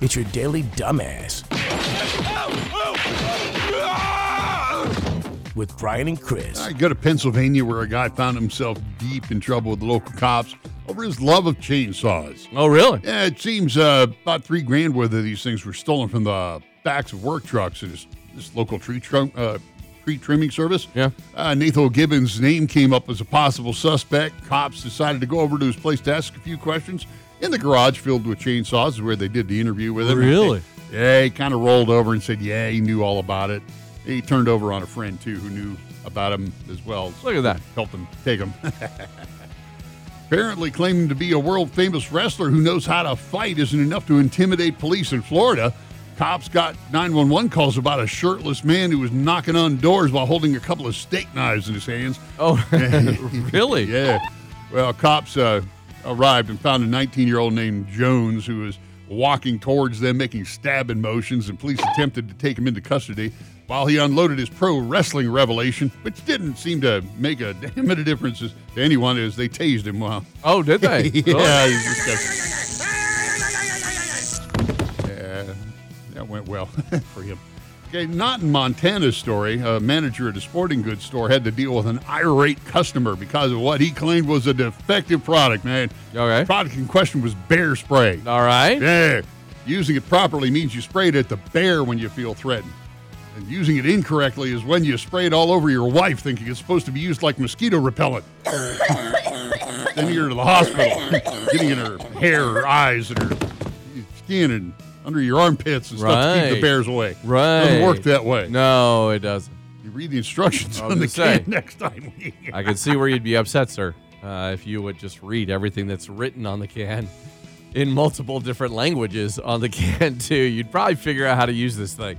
It's your daily dumbass with Brian and Chris. I go to Pennsylvania where a guy found himself deep in trouble with the local cops over his love of chainsaws. Oh, really? Yeah, it seems uh, about three grand worth of these things were stolen from the backs of work trucks at this, this local tree trunk. Uh, Tree trimming service. Yeah. Uh, Nathan Gibbons' name came up as a possible suspect. Cops decided to go over to his place to ask a few questions. In the garage filled with chainsaws is where they did the interview with him. Really? Yeah, he kind of rolled over and said, "Yeah, he knew all about it." He turned over on a friend too, who knew about him as well. Look at that. Helped him take him. Apparently, claiming to be a world famous wrestler who knows how to fight isn't enough to intimidate police in Florida. Cops got 911 calls about a shirtless man who was knocking on doors while holding a couple of steak knives in his hands. Oh, really? Yeah. Well, cops uh, arrived and found a 19 year old named Jones who was walking towards them, making stabbing motions, and police attempted to take him into custody while he unloaded his pro wrestling revelation, which didn't seem to make a damn bit of difference to anyone as they tased him while. Oh, did they? yeah, he's disgusting. Yeah, that went well for him. Okay, not in Montana's story. A manager at a sporting goods store had to deal with an irate customer because of what he claimed was a defective product, man. Okay. The product in question was bear spray. Oh. All right. Yeah. Using it properly means you spray it at the bear when you feel threatened. And using it incorrectly is when you spray it all over your wife thinking it's supposed to be used like mosquito repellent. Sending her to the hospital, getting in her hair, her eyes, and her skin, and under your armpits and stuff to keep the Right. bears away. Right. Doesn't work that way. No, it doesn't. You read the was instructions on the gonna say. can next time. we- I can see where you'd be upset, sir, uh, if you would just read everything that's written on the can in multiple different languages on the can, too. You'd probably figure out how to use this thing.